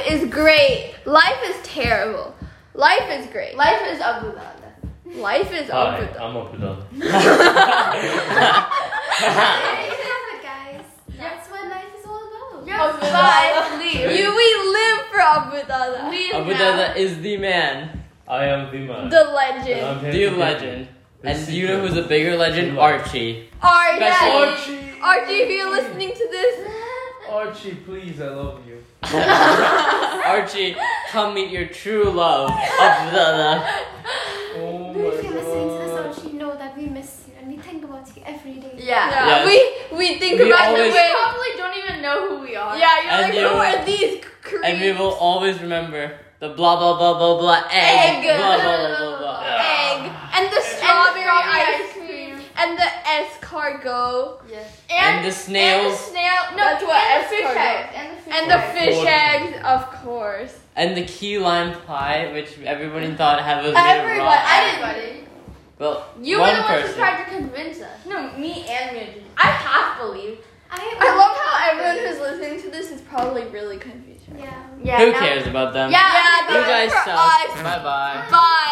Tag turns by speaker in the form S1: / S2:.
S1: is great. Life is terrible. Life is great.
S2: Life is Abu Dhabi.
S1: Life is
S3: Hi,
S1: awful.
S3: I'm Okuda.
S4: There you have it, guys. That's what life is all about.
S2: Abu Dhabi. Leave.
S1: You, we live for Abu Dhabi.
S2: Leave
S5: Abu
S2: now.
S5: Dhabi is the man,
S3: I am Vima.
S1: The
S3: And
S1: legend.
S3: I'm here to
S5: the legend.
S3: give
S5: And
S3: the
S5: do you know who's
S3: secret.
S5: a bigger legend?
S3: Who?
S5: Archie.
S1: Our
S5: Special-
S1: dad. Archie, if you're listening to this,
S3: Archie, please, I love you.
S5: Archie, come meet your true love, Abu Dhabi.
S3: Oh
S4: But if you're listening to this,
S3: my god.
S4: don't you know that we miss you and we think about you every day?
S2: Yeah.
S5: Yes.
S1: we we think
S5: We
S1: about
S5: always-
S1: the way.
S2: We probably don't even know who we are.
S1: Yeah, you're
S5: And
S1: like,
S5: you-
S1: who are these creeps?
S5: And we will always remember the blah blah blah blah blah egg.
S1: Egg.
S5: Blah blah blah blah blah.
S1: egg
S5: Ah.
S1: and the strawberry ice cream and the escargot
S2: Yes.
S5: And the
S1: and the
S5: snails
S1: snail. No,
S2: That's what
S1: and the
S2: fish
S1: fish eggs.
S2: eggs. And the fish
S1: And the
S2: eggs.
S1: fish
S3: Pork.
S1: eggs, of course.
S5: and the key lime pie, which everybody thought had was made of
S1: Everyone-
S5: raw
S1: I
S5: egg.
S2: Everybody.
S5: Well,
S2: You
S5: one
S2: were the ones who
S5: person.
S2: tried to convince us. No, me and Midge. I half believe.
S4: I,
S1: I love how everyone who's listening to this is probably really confused. right
S4: Yeah.
S2: Yeah.
S5: Who
S2: now-
S5: cares about them?
S1: now. Yeah,
S2: Yeah,
S1: this
S5: Um, You
S1: is
S5: guys
S1: for
S5: suck.
S1: us.
S5: Bye bye.
S1: Bye.